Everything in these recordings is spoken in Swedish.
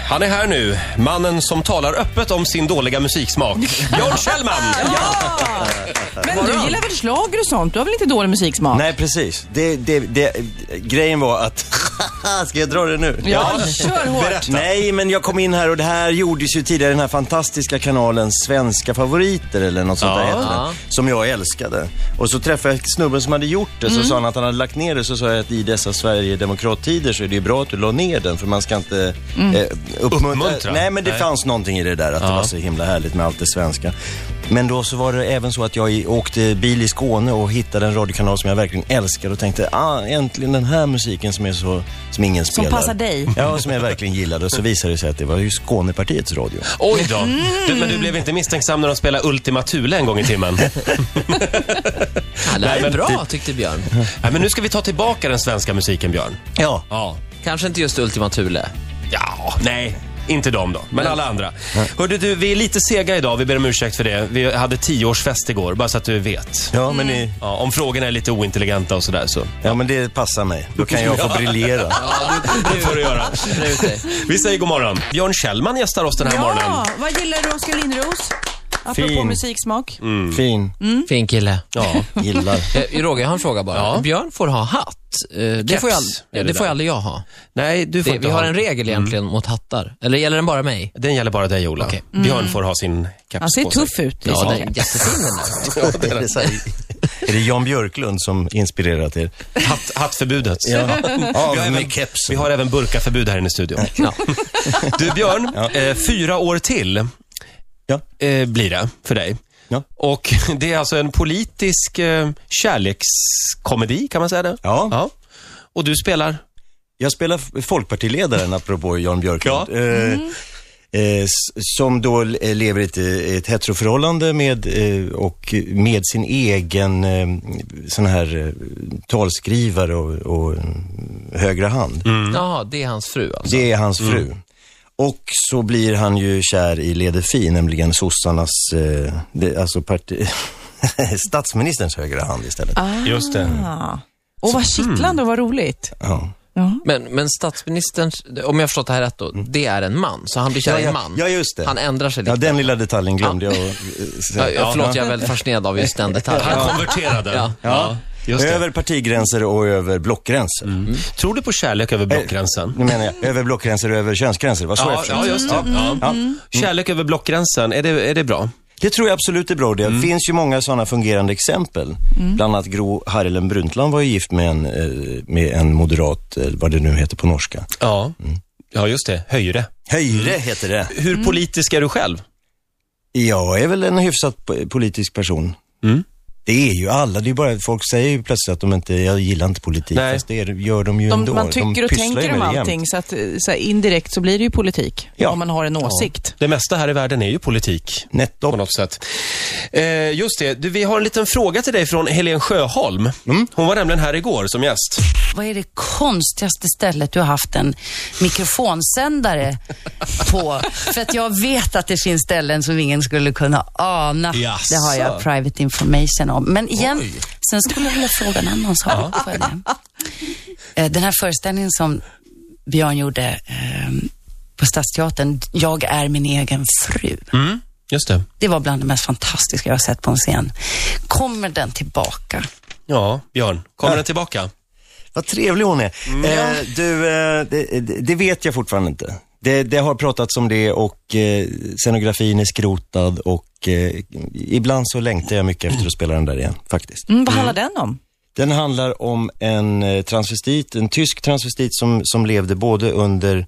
Han är här nu, mannen som talar öppet om sin dåliga musiksmak. Björn Kjellman! Men du gillar väl schlager och sånt? Du har väl inte dålig musiksmak? Nej, precis. Det, det, det, grejen var att... Ska jag dra det nu? Ja, kör hårt. Nej, men jag kom in här och det här gjordes ju tidigare i den här fantastiska kanalen Svenska favoriter eller något sånt där heter den, Som jag älskade. Och så träffade jag snubben som hade gjort det, Mm. så sa han att han hade lagt ner det. Så sa jag att i dessa Sverigedemokrattider så är det ju bra att du la ner den för man ska inte eh, uppmuntra. Mm. Uppmuntra? Nej, men det Nej. fanns någonting i det där att det var så himla härligt med allt det svenska. Men då så var det även så att jag i- åkte bil i Skåne och hittade en radiokanal som jag verkligen älskar och tänkte, ah, äntligen den här musiken som är så, som ingen Som spelar. passar dig. Ja, som jag verkligen gillade. Och så visade det sig att det var ju Skånepartiets radio. Oj då. Mm. Du, men du blev inte misstänksam när de spelade Ultima Thule en gång i timmen? Ja, det här Nej, är men typ- bra, tyckte Björn. Nej, men nu ska vi ta tillbaka den svenska musiken, Björn. Ja. Ja. Kanske inte just Ultima Thule. Ja, nej. Inte de då, men alla andra. Hörde du, vi är lite sega idag. Vi ber om ursäkt för det. Vi hade tioårsfest igår, bara så att du vet. Mm. Ja, men, ni, Ja, om frågorna är lite ointelligenta och sådär så. ja, men det passar mig. Då kan jag få briljera. Det får du göra. Vi säger god morgon. Björn Kjellman gästar oss den här morgonen. Ja, vad gillar du Oskar Lindros? Apropå Fin. musiksmak. Mm. Fin. Mm. Fin kille. Ja. Gillar. Eh, Roger, jag har en fråga bara. Ja. Björn får ha hatt. Eh, Det, Keps får, jag, är ald- det det får där. jag aldrig jag ha. Nej, du får Det, inte vi har ha- en regel egentligen mot hattar. Eller gäller den bara mig? Den gäller bara dig, Ola. Okej. Mm. Björn får ha sin keps Han ser på sig. tuff ut. Ja, liksom. den är jättefin den där. är, det så här, är det Jan Björklund som inspirerat er? Hatt, hattförbudet. Av även- med kepsen. Vi har även burkaförbud här inne i studion. Ja. Du Björn, eh, fyra år till Ja. eh, blir det för dig. Ja. Och det är alltså en politisk eh, kärlekskomedi, kan man säga det? Ja. Och du spelar? Jag spelar f- folkpartiledaren, apropå Jan Björklund. Ja. Eh, Mm. eh, s- som då l- eh, lever i ett, eh, ett heteroförhållande med, eh, och med sin egen eh, sån här eh, talskrivare och, och mm, högra hand. Jaha, det är hans fru alltså. Det är hans fru. Och så blir han ju kär i Ledefi, nämligen sossarnas, eh, det, alltså parti, statsministerns högra hand istället. Just det. Och vad kittlande och vad roligt. Mm. Ja. Men, men statsministerns, om jag har förstått det här rätt då, det är en man. Så han blir kär i en ja, man. ja, just det. Han ändrar sig Ja, lite. den lilla detaljen glömde jag att eh, Ja, säga. ja, förlåt, jag är väldigt fascinerad av just den detaljen. Han konverterade. Ja. Ja, Just det. Över partigränser och över blockgränser. Mm. Tror du på kärlek över blockgränsen? Nu menar jag över blockgränser och över könsgränser. Vad så Ja, ja, just det. Ja. Kärlek över blockgränsen, är det, är det bra? Det tror jag absolut är bra. Det Mm. finns ju många sådana fungerande exempel. Bland annat Gro Harlem Brundtland var ju gift med en, eh, med en moderat, eh, vad det nu heter på norska. Mm. Ja. Ja, just det. Höjre. Höyre heter det. Hur politisk är du själv? Jag är väl en hyfsat po- politisk person. Mm. Det är ju alla, det är bara folk säger ju plötsligt att de inte, jag gillar inte politik. Nej. Fast det är, gör de ju De, ändå. man tycker de och pysslar ju tänker om med det jämt. allting, så att eh, så här, indirekt så blir det ju politik. Ja. Om man har en åsikt. Det mesta här i världen är ju politik. Nettopp. På något sätt. Eh, just det, du, vi har en liten fråga till dig från Helen Sjöholm. Hon var nämligen här igår som gäst. Vad är det konstigaste stället du har haft en mikrofonsändare på? För att jag vet att det finns ställen som ingen skulle kunna ana. Jaså. Det har jag private information om. Men igen, sen skulle jag vilja fråga en annan sak. Får jag det? Eh, Den här föreställningen som Björn gjorde eh, på Stadsteatern, Jag är min egen fru. Mm. Just det. Det var bland det mest fantastiska jag har sett på en scen. Kommer den tillbaka? Ja, Björn, kommer den tillbaka? Vad trevlig hon är. Mm. Eh, du, eh, det, det- det vet jag fortfarande inte. Det, det har pratats om det och eh, scenografin är skrotad och eh, ibland så längtar jag mycket efter att spela den där igen, faktiskt. Mm, vad handlar den om? Den handlar om en eh, transvestit, en tysk transvestit som, som levde både under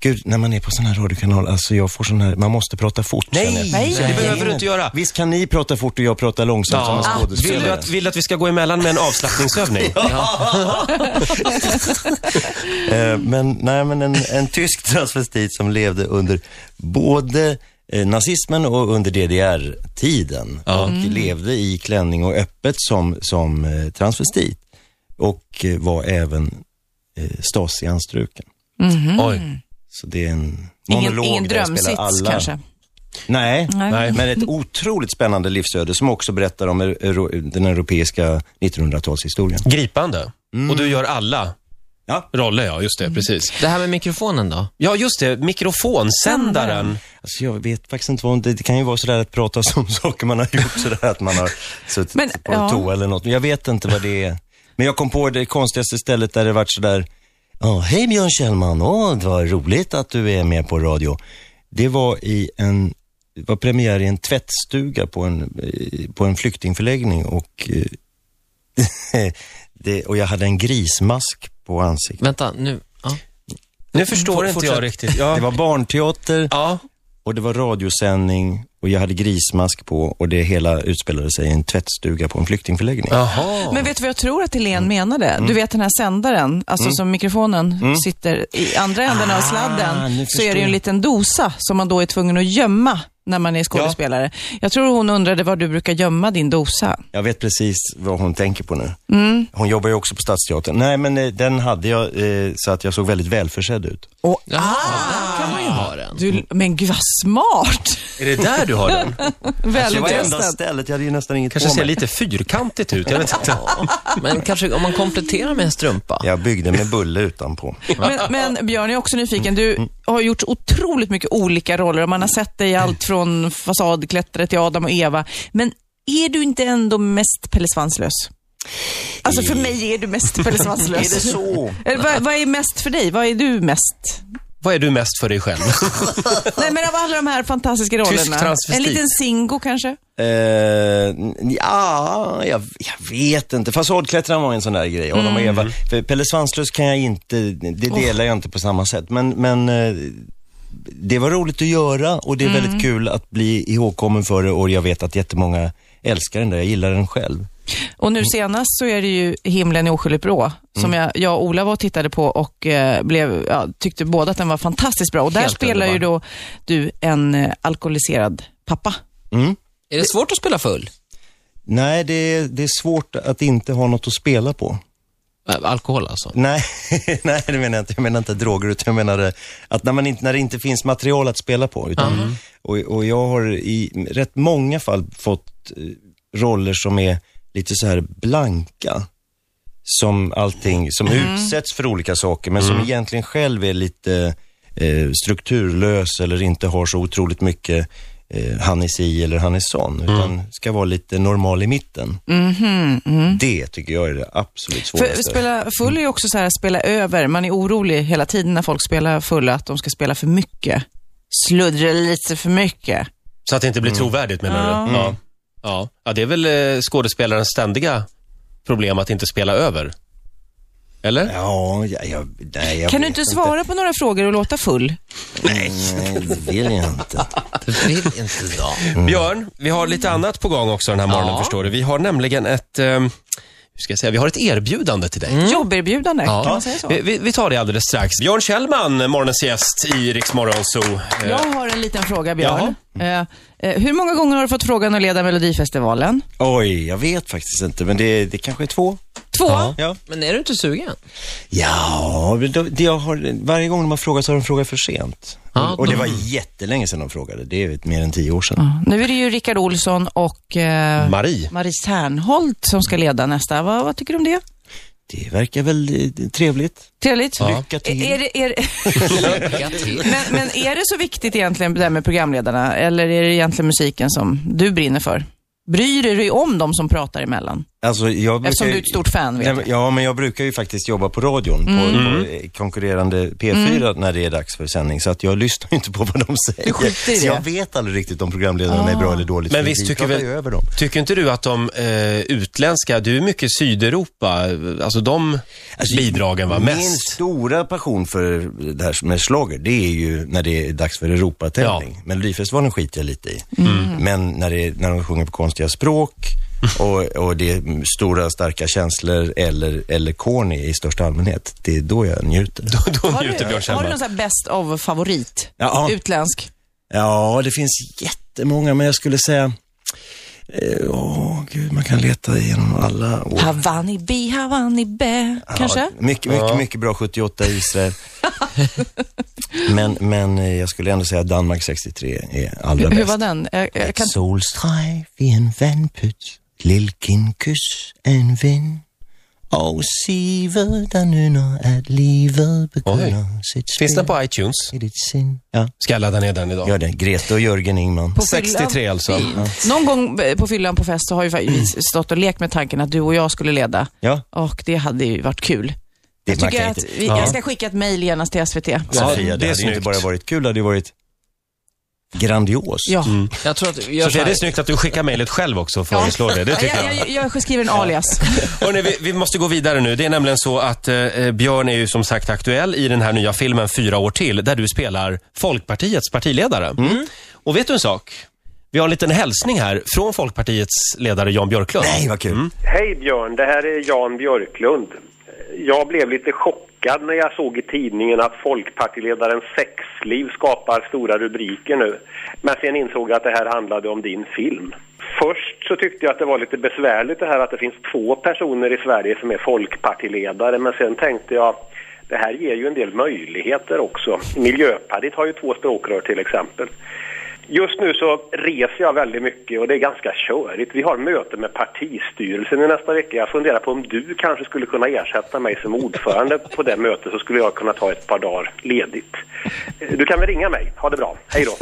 Gud, när man är på sån här radiokanal, alltså jag får sån här, man måste prata fort. känner jag. Nej, det behöver du inte göra. Visst kan ni prata fort och jag prata långsamt som en Ja. Ah. Vill, du skådespelare? att, vill du att vi ska gå emellan med en avslappningsövning? Eh, men nej, men en, en tysk transvestit som levde under både eh, nazismen och under DDR-tiden och Mm. levde i klänning och öppet som, som eh, transvestit och eh, var även eh, Stasi-anstruken. Oj. Så det är en Ingen, monolog ingen där jag spelar drömsits alla. kanske? Nej, Nej. Nej. men ett otroligt spännande livsöde som också berättar om euro- den europeiska 1900-talshistorien. Mm. Gripande. Och du gör alla. Ja. Rolle, ja. Just det, precis. Det här med mikrofonen då? Ja, just det. Mikrofonsändaren. Alltså jag vet faktiskt inte vad, det, det kan ju vara sådär att prata om saker man har gjort, sådär att man har suttit Men, på en ja. toa eller något. Men Jag vet inte vad det är. Men jag kom på det konstigaste stället där det varit sådär, ja, hej Björn Kjellman, åh, det var roligt att du är med på radio. Det var i en, det var premiär i en tvättstuga på en, eh, på en flyktingförläggning och, eh, det, och jag hade en grismask på ansiktet. Vänta, nu. Ja. Nu förstår F- inte fortsätt. jag riktigt. Ja. Det var barnteater, ja. och det var radiosändning och jag hade grismask på och det hela utspelade sig i en tvättstuga på en flyktingförläggning. Jaha. Men vet du vad jag tror att Mm. Helene menade? Du vet den här sändaren, alltså som mikrofonen sitter i andra änden av Mm. Ah, sladden. nu Så är förstår det ju en jag. liten dosa som man då är tvungen att gömma när man är skådespelare. Jag tror hon undrade var du brukar gömma din dosa. Jag vet precis vad hon tänker på nu. Hon jobbar ju också på Stadsteatern. Nej, men eh, den hade jag eh, så att jag såg väldigt välförsedd ut. Och, Ah, kan man ju ha den. du, Mm. men gud vad smart! Är det där du har den? Det Väldigt var enda röstad. stället, Alltså, jag hade ju nästan inget Kanske på ser mig. lite fyrkantigt ut. Jag vet inte. Men kanske om man kompletterar med en strumpa. Jag byggde med bulle utanpå. Men, men Björn, jag är också nyfiken. Du har gjort så otroligt mycket olika roller och man har sett dig i allt från Fasadklättrare till Adam och Eva. Men är du inte ändå mest Pelle Svanslös? Alltså för mig är du mest Pelle Svanslös. så? Eller vad, vad är mest för dig? Vad är du mest? Vad är du mest för dig själv? Nej, men av alla de här fantastiska rollerna. transvestit. En liten Singo kanske? Eh, ja, jag, jag vet inte. Fasadklättraren var en sån där grej. Adam och Eva. För Pelle Svanslös kan jag inte, det delar jag inte på samma sätt. Men, men eh, det var roligt att göra och det är väldigt kul att bli ihågkommen för det och jag vet att jättemånga älskar den där. Jag gillar den själv. Och nu senast så är det ju Himlen är oskyldigt blå, som jag, jag och Ola var och tittade på och eh, blev, ja, tyckte båda att den var fantastiskt bra. Och där Helt spelar ju då du en eh, alkoholiserad pappa. Är det svårt att spela full? Nej, det, det är svårt att inte ha något att spela på. Äh, Alkohol alltså? Nej, nej det menar jag inte. Jag menar inte droger, utan jag menar eh, att när, man inte, när det inte finns material att spela på. Utan, och, och jag har i rätt många fall fått eh, roller som är lite så här blanka. Som allting, som utsätts för olika saker, men som egentligen själv är lite eh, strukturlös eller inte har så otroligt mycket eh, han är si eller han är sån. Utan ska vara lite normal i mitten. Det tycker jag är det absolut För svåraste. spela full är ju också så här, spela över. Man är orolig hela tiden när folk spelar fulla, att de ska spela för mycket. Sluddra lite för mycket. Så att det inte Mm. blir trovärdigt menar du? Ja. Ja. ja, det är väl eh, skådespelarens ständiga problem att inte spela över? Eller? Ja, jag, jag, nej, jag Kan du vet inte svara på några frågor och låta full? Nej, det vill jag inte. Det vill inte jag. Mm. Björn, vi har lite annat på gång också den här morgonen Ja. förstår du. Vi har nämligen ett, eh, hur ska jag säga, vi har ett erbjudande till dig. Mm. Jobberbjudande, kan Ja. man säga så? Vi, vi, vi tar det alldeles strax. Björn Kjellman, morgonens gäst i Rix Morgon Zoo. Eh, Jag har en liten fråga, Björn. Eh, eh, hur många gånger har du fått frågan att leda Melodifestivalen? Oj, jag vet faktiskt inte, men det, det kanske är två. Två. Ja, Men är du inte sugen? ja men då- det jag har, varje gång de har frågat så har de frågat för sent. Ja, och, och det var jättelänge sedan de frågade, det är mer än tio år sedan. Nu är det ju Rickard Olsson och Mm. eh, Marie. Marie Serneholt som ska leda nästa. Vad, vad tycker du om det? Det verkar väl eh, trevligt. Trevligt? Lycka till. Är, är det, är, det- Lycka till. men, men är det så viktigt egentligen det där med programledarna eller är det egentligen musiken som du brinner för? Bryr du dig om de som pratar emellan? Alltså, jag brukar, Eftersom du är ett stort fan, vet Nej, men- Ja, men jag brukar ju faktiskt jobba på radion, på, Mm. på eh, konkurrerande P4 när det är dags för sändning. Så att jag lyssnar ju inte på vad de säger. skiter i så det. Ah. jag vet aldrig riktigt om programledarna är bra eller dåligt. Men för visst vi tycker, pratar ju över väl, dem. tycker inte du att de eh, utländska, du är mycket Sydeuropa, eh, alltså de bidragen var Min mest. stora passion för det här med schlager, det är ju när det är dags för Europatävling. Ja. Mm. Melodifestivalen skiter jag lite i. Mm. Men när, det, är- när de sjunger på konstiga språk och, och det är stora starka känslor eller, eller corny i största allmänhet, det är då jag njuter. Då Har njuter Björn du, har du Kjellman. någon sån här best of-favorit? Ja. Utländsk? Ja, det finns jättemånga, men jag skulle säga eh, Åh, gud, man kan leta igenom alla år. Havani bi, Havani be, kanske? Ja, mycket, mycket, mycket bra 78 i Israel. men, men eh, jag skulle ändå säga att Danmark 63 är allra Hur bäst. var den? Jag, jag kan... Ett solstrejf i en vandpyt, lilken kyss en vind Och siverdan nu när att livet begynner sitt spel Finns den på iTunes? i ditt sinn. Ja, Ska jag ladda ner den idag? gör det. Greta och Jörgen Ingman. På 63 alltså. fyllan. Någon gång eh, på fyllan på fest så har ju fa- vi stått och lekt med tanken att du och jag skulle leda. Ja, Och det hade ju varit kul. det Jag tycker att vi, jag ska skicka ett mejl genast till SVT. Ja, Sofia, det det, är hade ju inte snyggt. bara varit kul, det hade ju varit grandios. Ja. Mm, Jag tror att, Så jag, det är jag, snyggt att du skickar mejlet själv också och föreslår det. Det Jag, tycker jag. jag, jag, jag skriver en alias. Hörrni, vi, vi måste gå vidare nu. Det är nämligen så att eh, Björn är ju som sagt aktuell i den här nya filmen Fyra år till, där du spelar Folkpartiets partiledare. Mm. Och vet du en sak? Vi har en liten hälsning här från Folkpartiets ledare Jan Björklund. Nej, vad kul. Mm. Hej Björn, det här är Jan Björklund. Jag blev lite chockad när jag såg i tidningen att folkpartiledaren sexliv skapar stora rubriker nu. Men sen insåg jag att det här handlade om din film. Först så tyckte jag att det var lite besvärligt det här att det finns två personer i Sverige som är folkpartiledare. Men sen tänkte jag, det här ger ju en del möjligheter också. Miljöpartiet har ju två språkrör till exempel. Just nu så reser jag väldigt mycket och det är ganska körigt. Vi har möte med partistyrelsen i nästa vecka. Jag funderar på om du kanske skulle kunna ersätta mig som ordförande på det mötet så skulle jag kunna ta ett par dagar ledigt. Du kan väl ringa mig. Ha det bra. Hej då.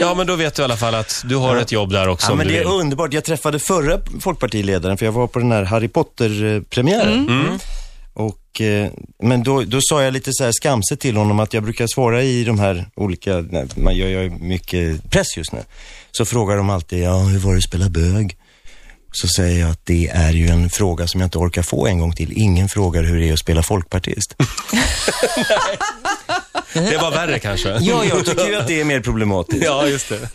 Ja, men då vet du i alla fall att du har ett jobb där också Ja, om men du det är vill. underbart. Jag träffade förra folkpartiledaren, för jag var på den här Harry Potter-premiären. Och, eh, men då, då sa jag lite så här skamset till honom att jag brukar svara i de här olika, nej, man gör ju mycket press just nu. Så frågar de alltid, ja hur var det att spela bög? Så säger jag att det är ju en fråga som jag inte orkar få en gång till. Ingen frågar hur det är att spela folkpartist. Det var värre kanske. Ja, jag tycker ju att det är mer problematiskt. Ja, just det.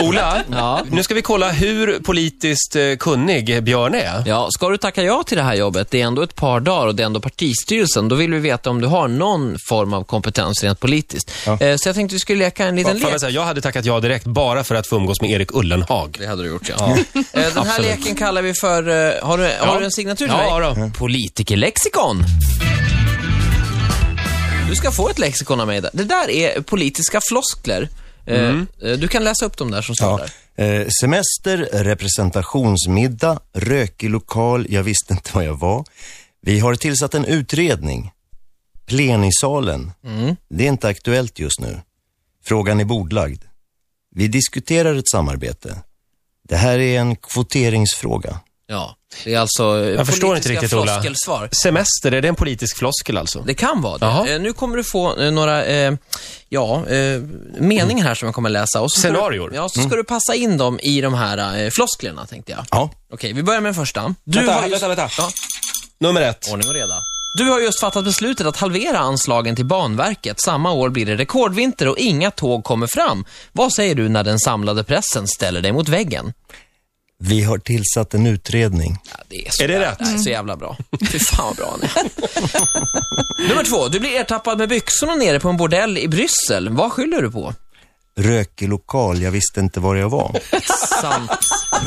Ola, Ja. nu ska vi kolla hur politiskt eh, kunnig Björn är. ja, ska du tacka ja till det här jobbet, det är ändå ett par dagar och det är ändå partistyrelsen, då vill vi veta om du har någon form av kompetens rent politiskt. Eh, Så jag tänkte vi skulle leka en liten Fan, lek. jag säga, jag hade tackat ja direkt bara för att få umgås med Erik Ullenhag. Det hade du gjort, ja. Eh, Den här Absolut. leken kallar vi för... eh, Har du, har du en signatur till Ja, mig? då. Politikerlexikon. Du ska få ett lexikon av mig. där. Det där är politiska floskler. Eh, Mm. eh, Du kan läsa upp dem där som står där. Ja. Eh, semester, representationsmiddag, rökig lokal, jag visste inte vad jag var. Vi har tillsatt en utredning. Plenisalen. Det är inte aktuellt just nu. Frågan är bordlagd. Vi diskuterar ett samarbete. Det här är en kvoteringsfråga. Ja, det är alltså eh, Jag förstår inte politiska riktigt, Ola. floskelsvar. Semester, är det en politisk floskel alltså? Det kan vara det. Jaha. Eh, Nu kommer du få eh, några, eh, ja, eh, meningar här som jag kommer läsa. Och så ska Scenarior. Mm. Du, ja, så ska du passa in dem i de här eh, flosklerna, tänkte jag. Ja, Okej, vi börjar med den första. Du Vänta, just- vänta, vänta. Ja. Nummer ett. Ordning och reda. Du har just fattat beslutet att halvera anslagen till Banverket. Samma år blir det rekordvinter och inga tåg kommer fram. Vad säger du när den samlade pressen ställer dig mot väggen? vi har tillsatt en utredning. Ja, det är, så Är det jävla- rätt? Det är så jävla bra. Fy fan vad bra han är. Nummer två. Du blir ertappad med byxorna nere på en bordell i Bryssel. Vad skyller du på? Rökig lokal, jag visste inte var jag var. Sant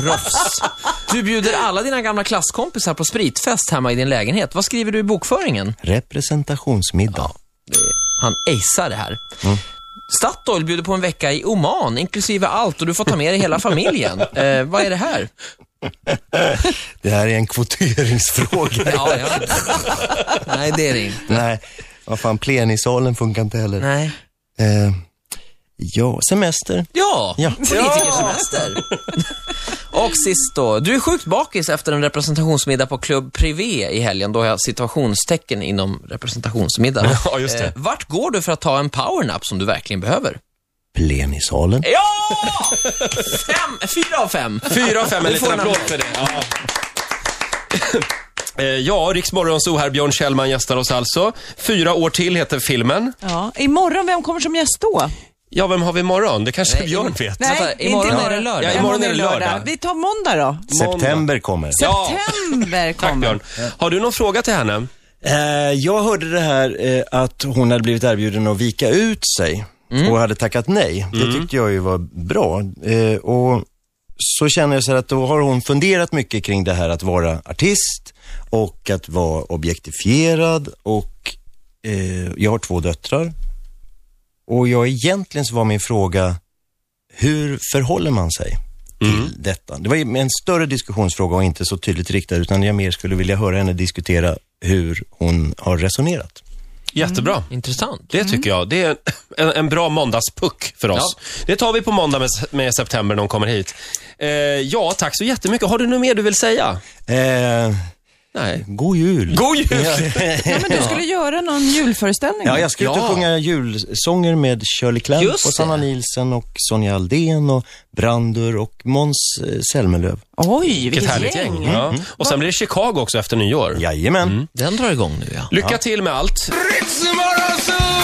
proffs. Du bjuder alla dina gamla klasskompisar på spritfest hemma i din lägenhet. Vad skriver du i bokföringen? Representationsmiddag. Han acear det här. Statoil bjuder på en vecka i Oman, inklusive allt, och du får ta med dig hela familjen. Eh, vad är det här? Det här är en kvoteringsfråga. Ja, ja. Nej, det är det inte. Nej, vad fan, plenisalen funkar inte heller. Nej. Eh, ja, semester. Ja, Ja. politikersemester. Och sist då, du är sjukt bakis efter en representationsmiddag på Club Privé i helgen. Då har jag situationstecken inom representationsmiddag. Ja, just det. Eh, vart går du för att ta en powernap som du verkligen behöver? Plenisalen. Ja! Fem, fyra av fem. Fyra av fem, en Du får liten en applåd applåd. för det. Ja. Eh, Ja, Riksmorgonzoo här. Björn Kjellman gästar oss alltså. Fyra år till heter filmen. Ja. Imorgon, vem kommer som gäst då? Ja, vem har vi imorgon? Det kanske Nej, Björn im- vet. Vänta, inte imorgon är det lördag. Ja, imorgon är det lördag. Vi tar måndag då. September kommer. Ja, September tack kommer. Björn. Har du någon fråga till henne? Eh, jag hörde det här eh, att hon hade blivit erbjuden att vika ut sig och hade tackat nej. Det tyckte jag ju var bra. Eh, och så känner jag så här att då har hon funderat mycket kring det här att vara artist och att vara objektifierad och eh, jag har två döttrar. Och jag egentligen så var min fråga, hur förhåller man sig till Mm. detta. Det var ju en större diskussionsfråga och inte så tydligt riktad, utan jag mer skulle vilja höra henne diskutera hur hon har resonerat. Jättebra. Mm. Intressant. Det tycker jag. Det är en, en, en bra måndagspuck för oss. Det tar vi på måndag med, med September när hon kommer hit. Eh, ja, tack så jättemycket. Har du något mer du vill säga? Eh, Nej. god jul! God jul! Ja, men du skulle göra någon julföreställning. Ja, jag ska ut Ja. och sjunga julsånger med Shirley Clamp Just och Sanna det. Nielsen och Sonja Aldén och Brandur och Måns eh, Zelmerlöw. Oj, Vilket vilket härligt gäng. gäng. Ja. Och sen blir det Chicago också efter nyår. Mm. Jajamän. Den drar igång nu ja. Lycka till med allt. Ritzmorgonzoo!